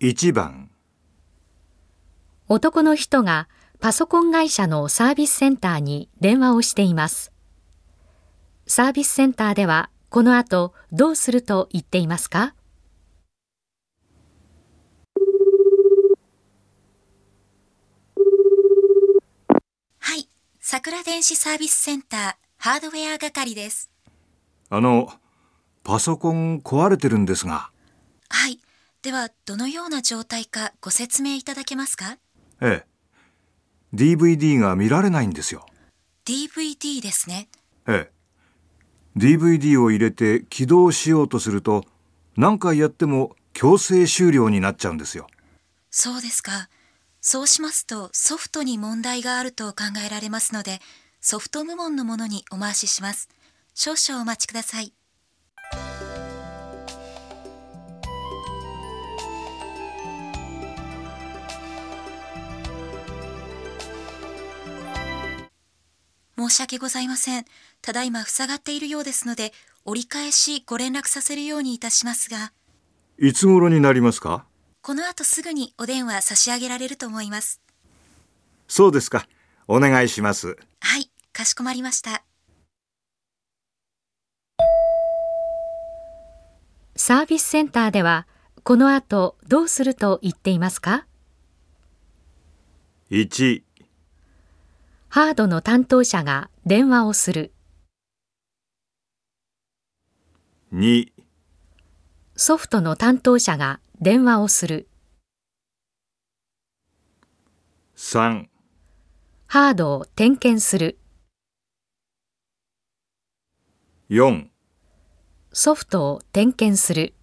1番男の人がパソコン会社のサービスセンターに電話をしています。サービスセンターではこの後どうすると言っていますかはい、桜電子サービスセンターハードウェア係です。あのパソコン壊れてるんですがはい、ではどのような状態かご説明いただけますかええ DVD が見られないんですよ ?DVD ですね。ええ DVD を入れて起動しようとすると何回やっても強制終了になっちゃうんですよそうですか。そうしますとソフトに問題があると考えられますので、ソフト部門のものにお回しします。少々お待ちください。申し訳ございません。ただいま塞がっているようですので、折り返しご連絡させるようにいたしますが、いつ頃になりますかこの後すぐにお電話差し上げられると思います。そうですかお願いしますはい、かしこまりました。サービスセンターではこの後どうすると言っていますか1ハードの担当者が電話をする。 2ソフトの担当者が電話をする。 3ハードを点検する。 4ソフトを点検する。